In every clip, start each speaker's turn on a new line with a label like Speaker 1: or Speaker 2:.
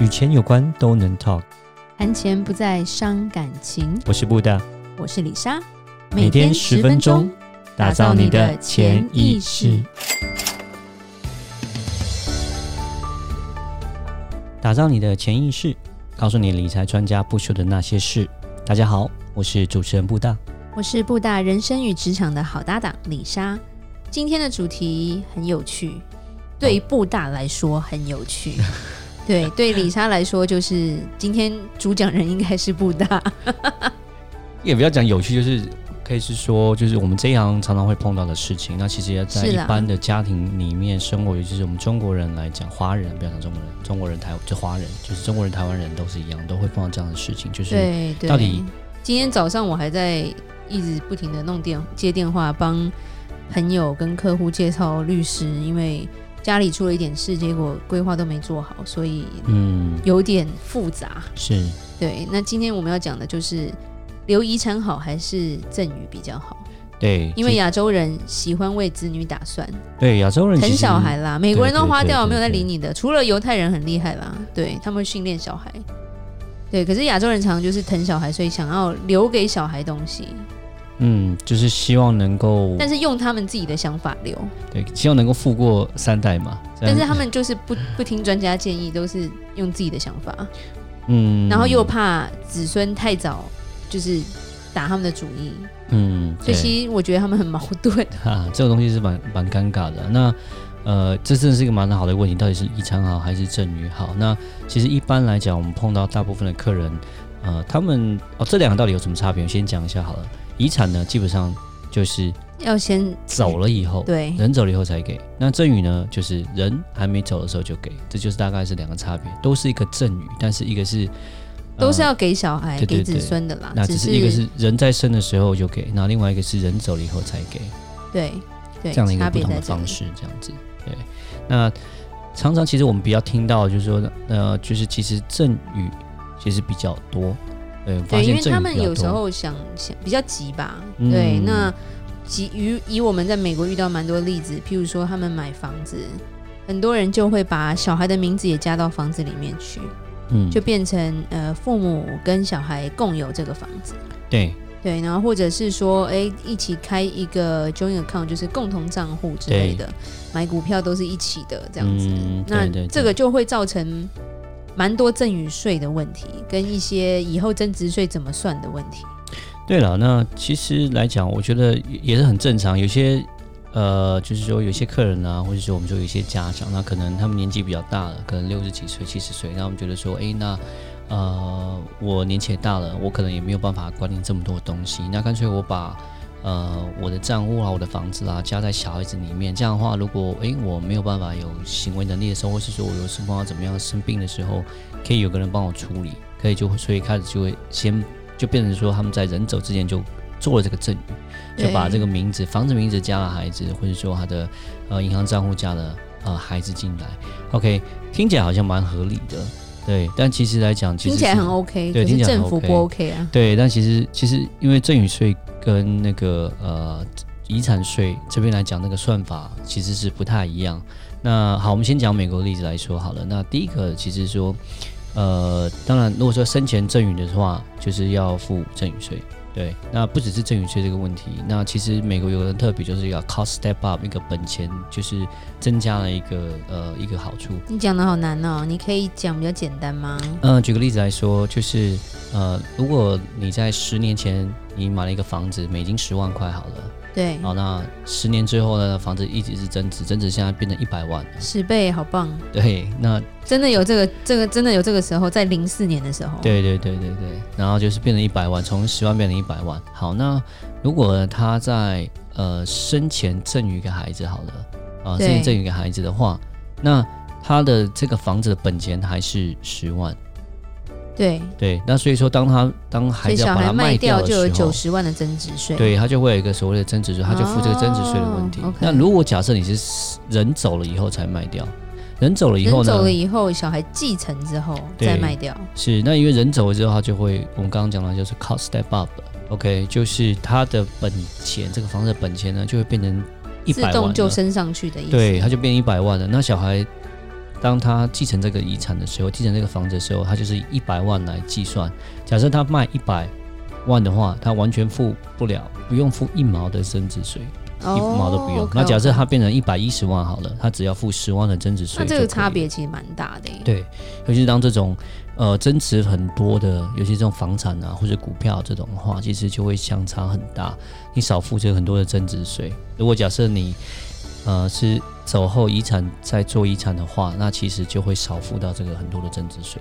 Speaker 1: 与钱有关都能 talk。
Speaker 2: 谈钱不再伤感情。
Speaker 1: 我是布大，
Speaker 2: 我是李莎，
Speaker 1: 每天十分钟，打造你的潜意识。，打造你的潜意识，告诉你理财专家不说的那些事。大家好，我是主持人布大。
Speaker 2: 我是布大人生与职场的好搭档李莎。今天的主题很有趣，对于布大来说很有 趣。对，对李莎来说，就是今天主讲人应该是布大。
Speaker 1: 也不要讲有趣，就是可以是说，就是我们这一行常常会碰到的事情。那其实也在
Speaker 2: 是
Speaker 1: 一
Speaker 2: 啦
Speaker 1: 般的家庭里面生活，尤其是我们中国人来讲，华人不要讲中国人，中国人台就华人，就是中国人、台湾人都是一样，都会碰到这样的事情，就是
Speaker 2: 对对，
Speaker 1: 到底
Speaker 2: 今天早上我还在一直不停的弄电接电话，帮朋友跟客户介绍律师，因为家里出了一点事，结果规划都没做好，所以
Speaker 1: 嗯
Speaker 2: 有点复杂。
Speaker 1: 是
Speaker 2: 对，那今天我们要讲的就是留遗产好还是赠与比较好？
Speaker 1: 对，
Speaker 2: 因为亚洲人喜欢为子女打算，
Speaker 1: 对亚洲人
Speaker 2: 疼
Speaker 1: 其实
Speaker 2: 小孩啦，美国人都花
Speaker 1: 对对对
Speaker 2: 掉，
Speaker 1: 对
Speaker 2: 没有在理你的。除了犹太人很厉害啦，对他们会训练小孩。对，可是亚洲人常常就是疼小孩，所以想要留给小孩东西，
Speaker 1: 嗯，就是希望能够，
Speaker 2: 但是用他们自己的想法留。
Speaker 1: 对，希望能够富过三代嘛。这
Speaker 2: 但
Speaker 1: 样
Speaker 2: 是他们就是不 不听专家建议，都是用自己的想法，
Speaker 1: 嗯，
Speaker 2: 然后又怕子孙太早就是打他们的主意，
Speaker 1: 嗯，
Speaker 2: 所以
Speaker 1: 对
Speaker 2: 其实我觉得他们很矛盾。
Speaker 1: 啊，这个东西是蛮蛮尴尬的。啊那呃，这真的是一个蛮好的问题，到底是遗产好还是赠与好？那其实一般来讲，我们碰到大部分的客人，呃，他们哦，这两个到底有什么差别？我先讲一下好了。遗产呢，基本上就是
Speaker 2: 要先
Speaker 1: 走了嗯以后，
Speaker 2: 对
Speaker 1: 人走了以后才给。那赠与呢，就是人还没走的时候就给，这就是大概是两个差别，都是一个赠与，但是一个是、
Speaker 2: 都是
Speaker 1: 呃
Speaker 2: 要给小孩、
Speaker 1: 对对
Speaker 2: 给
Speaker 1: 对
Speaker 2: 子孙的啦，
Speaker 1: 那只
Speaker 2: 啊只
Speaker 1: 是一个是人在生的时候就给，那另外一个是人走了以后才给，
Speaker 2: 对对
Speaker 1: 这样的一个
Speaker 2: 差
Speaker 1: 不
Speaker 2: 别
Speaker 1: 同
Speaker 2: 在
Speaker 1: 的
Speaker 2: 这里
Speaker 1: 方式，这样子。对，那常常其实我们比较听到的就是说，呃，就是其实赠与其实比较多，对，发
Speaker 2: 对，因
Speaker 1: 现
Speaker 2: 为
Speaker 1: 赠
Speaker 2: 他
Speaker 1: 与
Speaker 2: 们
Speaker 1: 比较
Speaker 2: 有时
Speaker 1: 多。
Speaker 2: 候想想比较急吧，
Speaker 1: 嗯
Speaker 2: 对，那急于以我们在美国遇到蛮多例子，譬如说他们买房子，很多人就会把小孩的名字也加到房子里面去，
Speaker 1: 嗯，
Speaker 2: 就变成呃父母跟小孩共有这个房子，
Speaker 1: 对，
Speaker 2: 对，然后或者是说，哎，一起开一个 joint account，就是共同账户之类的，买股票都是一起的这样子。
Speaker 1: 嗯对对
Speaker 2: 那
Speaker 1: 对
Speaker 2: 这个就会造成蛮多赠与税的问题，跟一些以后增值税怎么算的问题。
Speaker 1: 对了，那其实来讲，我觉得也也是很正常。有些呃，就是说有些客人啊，或者说我们说有些家长，那可能他们年纪比较大了，可能六十几岁、七十岁，那我们觉得说，诶，那呃，我年纪也大了，我可能也没有办法管理这么多东西，那干脆我把。呃，我的账户啊，我的房子啊，加在小孩子里面。这样的话，如果诶我没有办法有行为能力的时候，或是说我有什么怎么样生病的时候，可以有个人帮我处理，可以就会所以开始就会先就变成说他们在人走之前就做了这个赠与，
Speaker 2: 对
Speaker 1: 就把这个名字、房子名字加了孩子，或者说他的呃银行账户加了呃孩子进来。OK，听起来好像蛮合理的，对，但其实来讲，其实
Speaker 2: 听起来
Speaker 1: 是
Speaker 2: 很 OK，
Speaker 1: 对
Speaker 2: 可
Speaker 1: 听
Speaker 2: 是
Speaker 1: 起来很
Speaker 2: 政府
Speaker 1: OK
Speaker 2: 不 OK 啊。
Speaker 1: 对，但其实其实因为赠与税跟那个呃遗产税这边来讲，那个算法其实是不太一样。那好，我们先讲美国的例子来说好了。那第一个其实说，呃，当然如果说生前赠与的话，就是要付赠与税。对，那不只是赠与税这个问题，那其实美国有个很特别，就是要 cost step up 一个本钱，就是增加了一个呃一个好处。
Speaker 2: 你讲的好难哦，你可以讲比较简单吗？
Speaker 1: 嗯，举个例子来说，就是呃，如果你在十年前你买了一个房子，美金十万块好了，
Speaker 2: 对，
Speaker 1: 好，那十年之后呢，房子一直是增值，增值现在变成一百万，
Speaker 2: 十倍好棒，
Speaker 1: 对，那
Speaker 2: 真的有这个这个真的有这个时候，在零四年的时候，
Speaker 1: 对对对对对，然后就是变成一百万，从十万变成一百万。好，那如果他在呃生前赠予给孩子好了，啊，
Speaker 2: 对
Speaker 1: 生前赠予给孩子的话，那他的这个房子的本钱还是十万，
Speaker 2: 对，
Speaker 1: 对，那所以说当他当孩
Speaker 2: 所以
Speaker 1: 子
Speaker 2: 小
Speaker 1: 要把
Speaker 2: 孩
Speaker 1: 它卖
Speaker 2: 卖掉
Speaker 1: 的
Speaker 2: 就有
Speaker 1: 时
Speaker 2: 九
Speaker 1: 候。
Speaker 2: 十万的增值税。
Speaker 1: 对，他就会有一个所谓的增值税，他就付这个增值税的问题。
Speaker 2: 哦，OK
Speaker 1: 那如果假设你是人走了以后才卖掉，人走了以后
Speaker 2: 人
Speaker 1: 呢？
Speaker 2: 走了以后，小孩继承之后
Speaker 1: 对
Speaker 2: 再卖掉，
Speaker 1: 是那因为人走了之后，他就会我们刚刚讲的就是 cost step up。OK，就是他的本钱，这个房子的本钱呢，就会变成一
Speaker 2: 自
Speaker 1: 百万了，
Speaker 2: 动就升上去的意思。
Speaker 1: 对，他就变一百万了。那小孩当他继承这个遗产的时候，继承这个房子的时候，他就是以一百万来计算。假设他卖一百万的话，他完全付不了，不用付一毛的增值税，
Speaker 2: 哦
Speaker 1: 一毛都不用。那假设他变成一百一十万好了，他只要付十万的增值税。
Speaker 2: 那这个差。别其实蛮大的耶。
Speaker 1: 对，尤其是当这种呃增值很多的，尤其这种房产啊或者股票这种的话，其实就会相差很大。你少付出很多的增值税。如果假设你呃是走后遗产再做遗产的话，那其实就会少付到这个很多的增值税。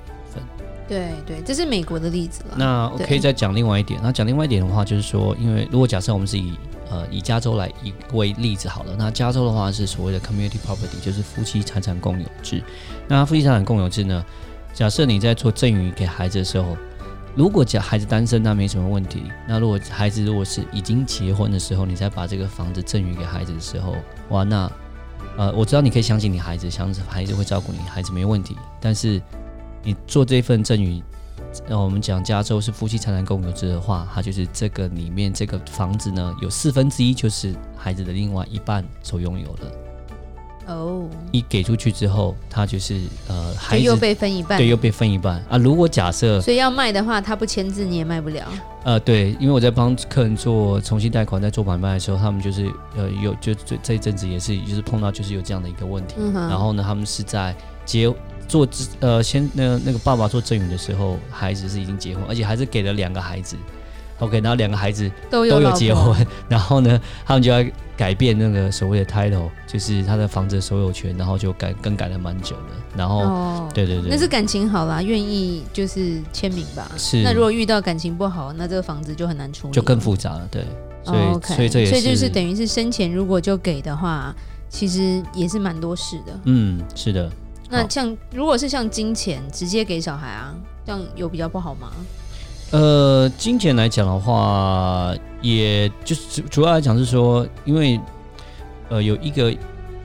Speaker 2: 对对，这是美国的例子了。
Speaker 1: 那
Speaker 2: 对
Speaker 1: 可以再讲另外一点。那讲另外一点的话，就是说，因为如果假设我们是以呃以加州来以为例子好了，那加州的话是所谓的 community property，就是夫妻财产共有制。那夫妻财产共有制呢，假设你在做赠与给孩子的时候，如果假孩子单身，那没什么问题。那如果孩子如果是已经结婚的时候，你再把这个房子赠与给孩子的时候，哇，那呃，我知道你可以相信你孩子，相信孩子会照顾你，孩子没问题。但是你做这份赠与那我们讲加州是夫妻财产共有制的话，它就是这个里面这个房子呢，有四分之一就是孩子的另外一半所拥有的。
Speaker 2: 哦，
Speaker 1: 一给出去之后，他就是呃
Speaker 2: 就
Speaker 1: 孩
Speaker 2: 又
Speaker 1: 子
Speaker 2: 被分一半
Speaker 1: 对。又被分一半啊。如果假设
Speaker 2: 所以要卖的话，他不签字你也卖不了。
Speaker 1: 呃，对，因为我在帮客人做重新贷款，在做买卖的时候，他们就是呃有就就这一阵子也是就是碰到就是有这样的一个问题。
Speaker 2: 嗯哼
Speaker 1: 然后呢，他们是在结做之呃先那个那个爸爸做赠与的时候，孩子是已经结婚，而且还是给了两个孩子。OK，然后两个孩子
Speaker 2: 都有
Speaker 1: 都有
Speaker 2: 老婆
Speaker 1: 结婚，然后呢，他们就要改变那个所谓的 title，就是他的房子的所有权，然后就改更改了蛮久的。然后，
Speaker 2: 哦。
Speaker 1: 对对对，
Speaker 2: 那是感情好啦，愿意就是签名吧。
Speaker 1: 是
Speaker 2: 那如果遇到感情不好，那这个房子就很难处理了，
Speaker 1: 就更复杂了，对。所以，
Speaker 2: 哦，OK
Speaker 1: 所以这也是，
Speaker 2: 所以就是等于是生前如果就给的话，其实也是蛮多事的。
Speaker 1: 嗯，是的，
Speaker 2: 那
Speaker 1: 好
Speaker 2: 像如果是像金钱直接给小孩啊，这样有比较不好吗？
Speaker 1: 呃，金钱来讲的话，也就是主主要来讲是说，因为呃有一个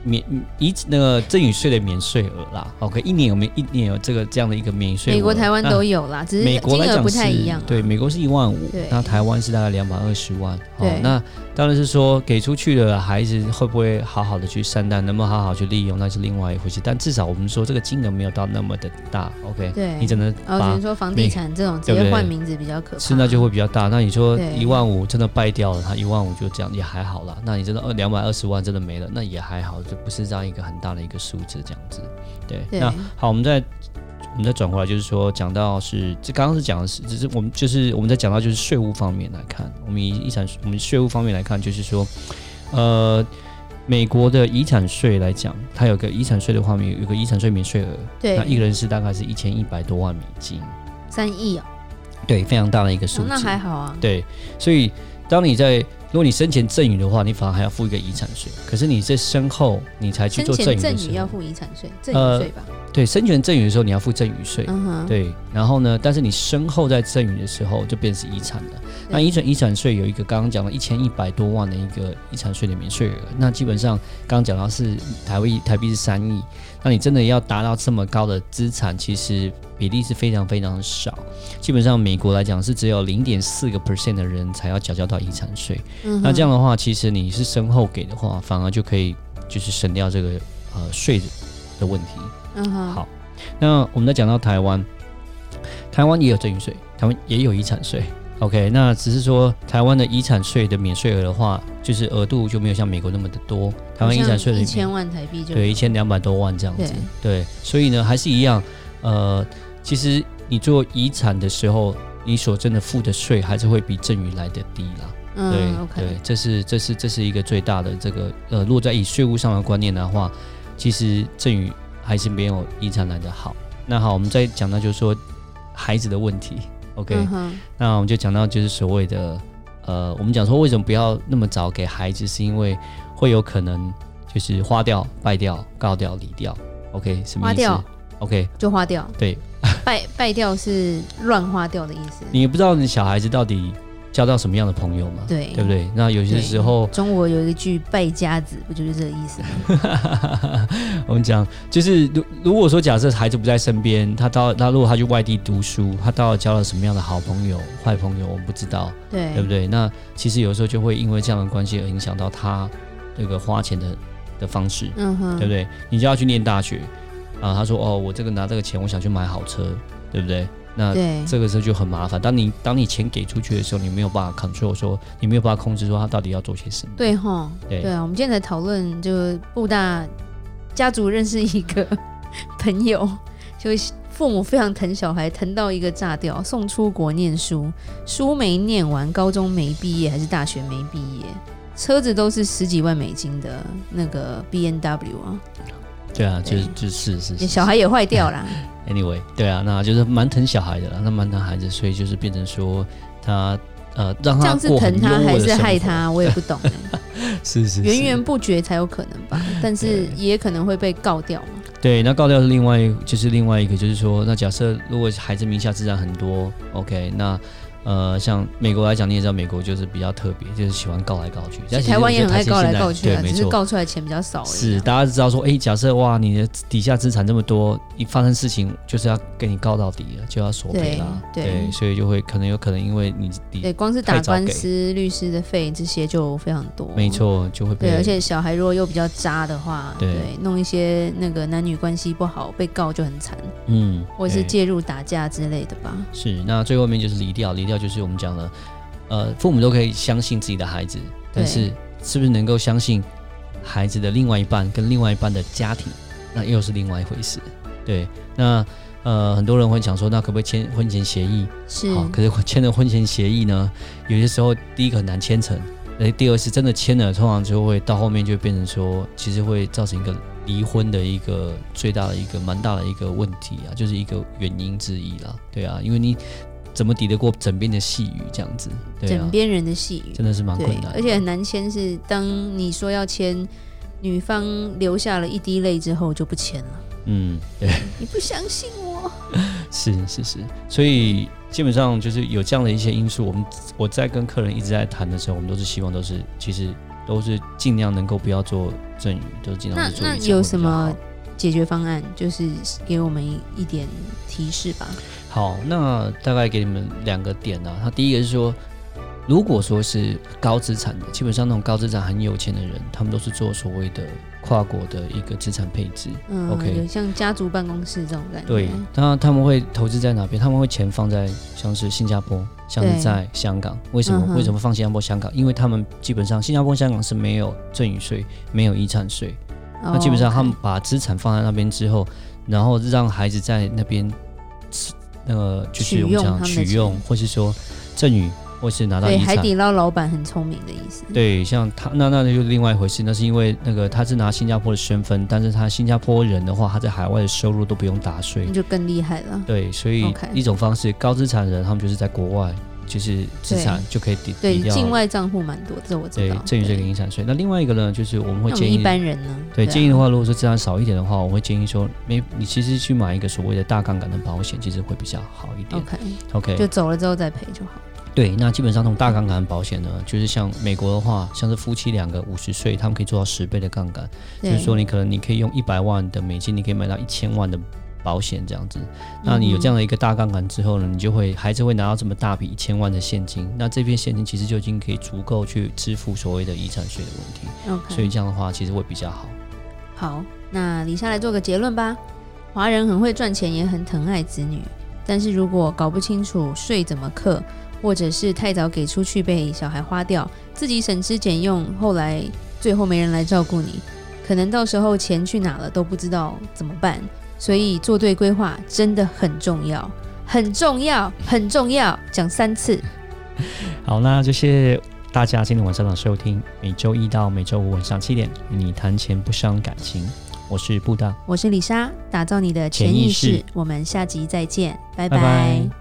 Speaker 1: 免遗那个赠与税的免税额啦，OK，一年有没一年有这个这样的一个免税额，
Speaker 2: 美国、台湾
Speaker 1: 那
Speaker 2: 都有啦，只是
Speaker 1: 啊美国
Speaker 2: 金
Speaker 1: 来
Speaker 2: 额
Speaker 1: 讲
Speaker 2: 不
Speaker 1: 是
Speaker 2: 太一样啊。
Speaker 1: 对，美国是一万五
Speaker 2: 对，
Speaker 1: 那台湾是大概两百二十万。哦
Speaker 2: 对，
Speaker 1: 那当然是说给出去的孩子会不会好好的去善待，能不能好好去利用，那是另外一回事。但至少我们说这个金额没有到那么的大，OK，
Speaker 2: 对
Speaker 1: 你只能
Speaker 2: 然后只
Speaker 1: 把
Speaker 2: 能说房地产这种直
Speaker 1: 对不
Speaker 2: 接
Speaker 1: 对
Speaker 2: 换名字比较可怕，
Speaker 1: 是那就会比较大。那你说
Speaker 2: 对
Speaker 1: 一万五真的败掉了，他一万五就这样也还好啦。那你真的二两百二十万真的没了，那也还好，就不是这样一个很大的一个数字这样子。对，
Speaker 2: 对
Speaker 1: 那好，我们再我们再转回来，就是说讲到是这刚刚是讲的是，只是我们就是我们在讲到就是税务方面来看，我们以遗产我们税务方面来看，就是说呃。美国的遗产税来讲，它有个遗产税的话，有有个遗产税免税额，那一
Speaker 2: 对
Speaker 1: 个人是大概是一千一百多万美金，
Speaker 2: 三亿哦，
Speaker 1: 对，非常大的一个数
Speaker 2: 哦
Speaker 1: 字。
Speaker 2: 那还好啊。
Speaker 1: 对，所以当你在如果你生前赠与的话，你反而还要付一个遗产税。可是你在身后你才去
Speaker 2: 生
Speaker 1: 做赠
Speaker 2: 前
Speaker 1: 与
Speaker 2: 赠
Speaker 1: 的
Speaker 2: 与
Speaker 1: 时
Speaker 2: 要
Speaker 1: 候，
Speaker 2: 付遗产税，赠
Speaker 1: 呃
Speaker 2: 与税吧？
Speaker 1: 对，生前赠与的时候你要付赠与税。
Speaker 2: 嗯哼，
Speaker 1: 对，然后呢？但是你身后在赠与的时候，就变成是遗产了。那遗产遗产税有一个刚刚讲了一千一百多万的一个遗产税的免税额，那基本上刚刚讲到是台币台币是三亿，那你真的要达到这么高的资产，其实比例是非常非常少。基本上美国来讲是只有零点四个 percent 的人才要缴交到遗产税，
Speaker 2: 嗯哼
Speaker 1: 那这样的话，其实你是身后给的话，反而就可以就是省掉这个呃税的问题。
Speaker 2: 嗯哼，
Speaker 1: 好，那我们再讲到台湾，台湾也有赠与税，台湾也有遗产税。OK，那只是说台湾的遗产税的免税额的话，就是额度就没有像美国那么的多。台湾遗产税的
Speaker 2: 一
Speaker 1: 免
Speaker 2: 千万台币就
Speaker 1: 对一千两百多万这样子，对，所以呢还是一样，呃，其实你做遗产的时候，你所真的付的税还是会比赠与来的低啦。对、
Speaker 2: 嗯
Speaker 1: 对
Speaker 2: ，OK，，
Speaker 1: 这是这是这是一个最大的这个呃，落在以税务上的观念的话，其实赠与还是没有遗产来的好。那好，我们再讲到就是说孩子的问题，OK，、
Speaker 2: 嗯哼，
Speaker 1: 那我们就讲到就是所谓的呃，我们讲说为什么不要那么早给孩子，是因为会有可能就是花掉、败掉、告掉、离掉，OK，什么
Speaker 2: 花
Speaker 1: 意思
Speaker 2: 掉
Speaker 1: ？OK，
Speaker 2: 就花掉，
Speaker 1: 对
Speaker 2: 败败掉是乱花掉的意思，
Speaker 1: 你也不知道你小孩子到底交到什么样的朋友嘛，
Speaker 2: 对
Speaker 1: 对不对？那有些
Speaker 2: 对
Speaker 1: 时候。
Speaker 2: 中国有一句“败家子”，不就是这个意思 吗？
Speaker 1: 我们讲，就是如如果说假设孩子不在身边，他到他如果他去外地读书，他到底交了什么样的好朋友、坏朋友，我们不知道，
Speaker 2: 对，
Speaker 1: 对不对？那其实有时候就会因为这样的关系而影响到他这个花钱的的方式，
Speaker 2: 嗯哼，
Speaker 1: 对不对？你就要去念大学，啊，他说哦，我这个拿这个钱，我想去买好车，对不对？
Speaker 2: 嗯
Speaker 1: 那
Speaker 2: 对，
Speaker 1: 这个时候就很麻烦。当你当你钱给出去的时候，你没有办法 control，说你没有办法控制说他到底要做些什么。
Speaker 2: 对哈，
Speaker 1: 对
Speaker 2: 对啊，我们今天在讨论，就布大家族认识一个朋友， 就是父母非常疼小孩，疼到一个炸掉，送出国念书，书没念完，高中没毕业还是大学没毕业，车子都是十几万美金的那个 B N W 啊，
Speaker 1: 对啊，就
Speaker 2: 对
Speaker 1: 就是是是
Speaker 2: 小孩也坏掉啦，
Speaker 1: Anyway，对啊，那就是蛮疼小孩的啦，那蛮疼孩子，所以就是变成说他呃让
Speaker 2: 这
Speaker 1: 他
Speaker 2: 样是
Speaker 1: 过很
Speaker 2: 疼他
Speaker 1: 优渥
Speaker 2: 还
Speaker 1: 的
Speaker 2: 是
Speaker 1: 生
Speaker 2: 害
Speaker 1: 活？
Speaker 2: 他，我也不懂、欸，
Speaker 1: 是是是
Speaker 2: 源源不绝才有可能 吧，但是也可能会被告掉嘛，
Speaker 1: 对，那告掉是另外一就是另外一个，就是说，那假设如果孩子名下资产很多，OK，那呃，像美国来讲，你也知道，美国就是比较特别，就是喜欢告来告去。但其实
Speaker 2: 台湾也
Speaker 1: 我觉
Speaker 2: 很
Speaker 1: 得
Speaker 2: 爱告来告去啊，
Speaker 1: 对，
Speaker 2: 只
Speaker 1: 没
Speaker 2: 是
Speaker 1: 错。
Speaker 2: 告出来钱比较少而已啊。
Speaker 1: 是，大家知道说，哎，假设哇，你的底下资产这么多，一发生事情就是要跟你告到底了，就要索赔啦。
Speaker 2: 对对
Speaker 1: 所以就会可能有可能因为你
Speaker 2: 对，
Speaker 1: 你
Speaker 2: 光是打官司、律师的费这些就非常多。
Speaker 1: 没。错就会被
Speaker 2: 对，而且小孩如果又比较渣的话，
Speaker 1: 对
Speaker 2: 弄一些那个男女关系不好，被告就很惨，
Speaker 1: 嗯，
Speaker 2: 或者是
Speaker 1: 对
Speaker 2: 介入打架之类的吧。
Speaker 1: 是，那最后面就是离掉，离掉就是我们讲了，呃，父母都可以相信自己的孩子，但是是不是能够相信孩子的另外一半跟另外一半的家庭，那又是另外一回事。对，那呃，很多人会想说，那可不可以签婚前协议？
Speaker 2: 是，
Speaker 1: 好，可是我签了婚前协议呢，有些时候第一个很难签成，那第二是真的签了，通常就会到后面就变成说，其实会造成一个离婚的一个最大的一个蛮大的一个问题啊，就是一个原因之一啦。对啊，因为你怎么抵得过枕边的细雨这样子？对啊
Speaker 2: 枕，边人的细语。
Speaker 1: 真的是蛮困
Speaker 2: 对
Speaker 1: 难的，，
Speaker 2: 而且很难签是，当你说要签，女方流下了一滴泪之后就不签了。
Speaker 1: 嗯，对，
Speaker 2: 你不相信我？
Speaker 1: 是是是，所以基本上就是有这样的一些因素，我们我在跟客人一直在谈的时候，我们都是希望都是其实都是尽量能够不要做赠与，都是尽量
Speaker 2: 那
Speaker 1: 去做
Speaker 2: 那
Speaker 1: 预测
Speaker 2: 有
Speaker 1: 会比
Speaker 2: 什
Speaker 1: 较
Speaker 2: 么
Speaker 1: 好
Speaker 2: 解决方案？就是给我们一一点提示吧。
Speaker 1: 好，那大概给你们两个点啊。他第一个是说，如果说是高资产的，基本上那种高资产很有钱的人，他们都是做所谓的跨国的一个资产配置。
Speaker 2: 嗯
Speaker 1: OK
Speaker 2: 有像家族办公室这种感觉。
Speaker 1: 对，那他们会投资在哪边？他们会钱放在像是新加坡，像
Speaker 2: 对
Speaker 1: 是在香港。为什么
Speaker 2: 嗯？哼
Speaker 1: 为什么放新加坡、香港？因为他们基本上新加坡、香港是没有赠与税，没有遗产税。
Speaker 2: 那
Speaker 1: 那基本上他们把资产放在那边之后，然后让孩子在那边，呃，就是我
Speaker 2: 取
Speaker 1: 们
Speaker 2: 用他
Speaker 1: 讲
Speaker 2: 们的
Speaker 1: 取
Speaker 2: 钱
Speaker 1: 用，或是说赠与，或是拿到
Speaker 2: 对
Speaker 1: 遗
Speaker 2: 海
Speaker 1: 产。
Speaker 2: 底捞老板很聪明的意思。
Speaker 1: 对，像他那那就是另外一回事，那是因为那个他是拿新加坡的身份，但是他新加坡人的话，他在海外的收入都不用打税
Speaker 2: 那。就更厉害了。
Speaker 1: 对，所以
Speaker 2: OK
Speaker 1: 一种方式，高资产人他们就是在国外，就是资产就可以抵
Speaker 2: 对
Speaker 1: 抵，掉
Speaker 2: 境外账户蛮多，这我知
Speaker 1: 对
Speaker 2: 道。
Speaker 1: 赠与税
Speaker 2: 对
Speaker 1: 跟遗产税。那另外一个呢，就是我们会
Speaker 2: 那我们
Speaker 1: 建议
Speaker 2: 一般人呢？
Speaker 1: 对，
Speaker 2: 啊
Speaker 1: 建议的话，如果说资产少一点的话，我会建议说，没你其实去买一个所谓的大杠杆的保险，其实会比较好一点。
Speaker 2: OK，
Speaker 1: OK，,
Speaker 2: 就走了之后再赔就好。
Speaker 1: 对，那基本上这种大杠杆保险呢，就是像美国的话，像是夫妻两个五十岁，他们可以做到十倍的杠杆，就
Speaker 2: 对，
Speaker 1: 是说你可能你可以用一百万的美金，你可以买到一千万的保险这样子。
Speaker 2: 嗯
Speaker 1: 那你有这样的一个大杠杆之后呢，你就会孩子会拿到这么大笔一千万的现金，那这笔现金其实就已经可以足够去支付所谓的遗产税的问题，
Speaker 2: 嗯 OK，
Speaker 1: 所以这样的话其实会比较好。
Speaker 2: 好，那李莎来做个结论吧。华人很会赚钱，也很疼爱子女，但是如果搞不清楚税怎么克，或者是太早给出去被小孩花掉，自己省吃俭用，后来最后没人来照顾你，可能到时候钱去哪了都不知道怎么办。所以做对规划真的很重要，很重要，很重要，讲三次。
Speaker 1: 好，那就谢谢大家今天晚上的收听。每周一到每周五晚上七点，与你谈钱不伤感情。我是布达，
Speaker 2: 我是李莎，打造你的潜
Speaker 1: 潜
Speaker 2: 意
Speaker 1: 意
Speaker 2: 识，
Speaker 1: 识
Speaker 2: 我们下集再见，拜
Speaker 1: 拜拜
Speaker 2: 拜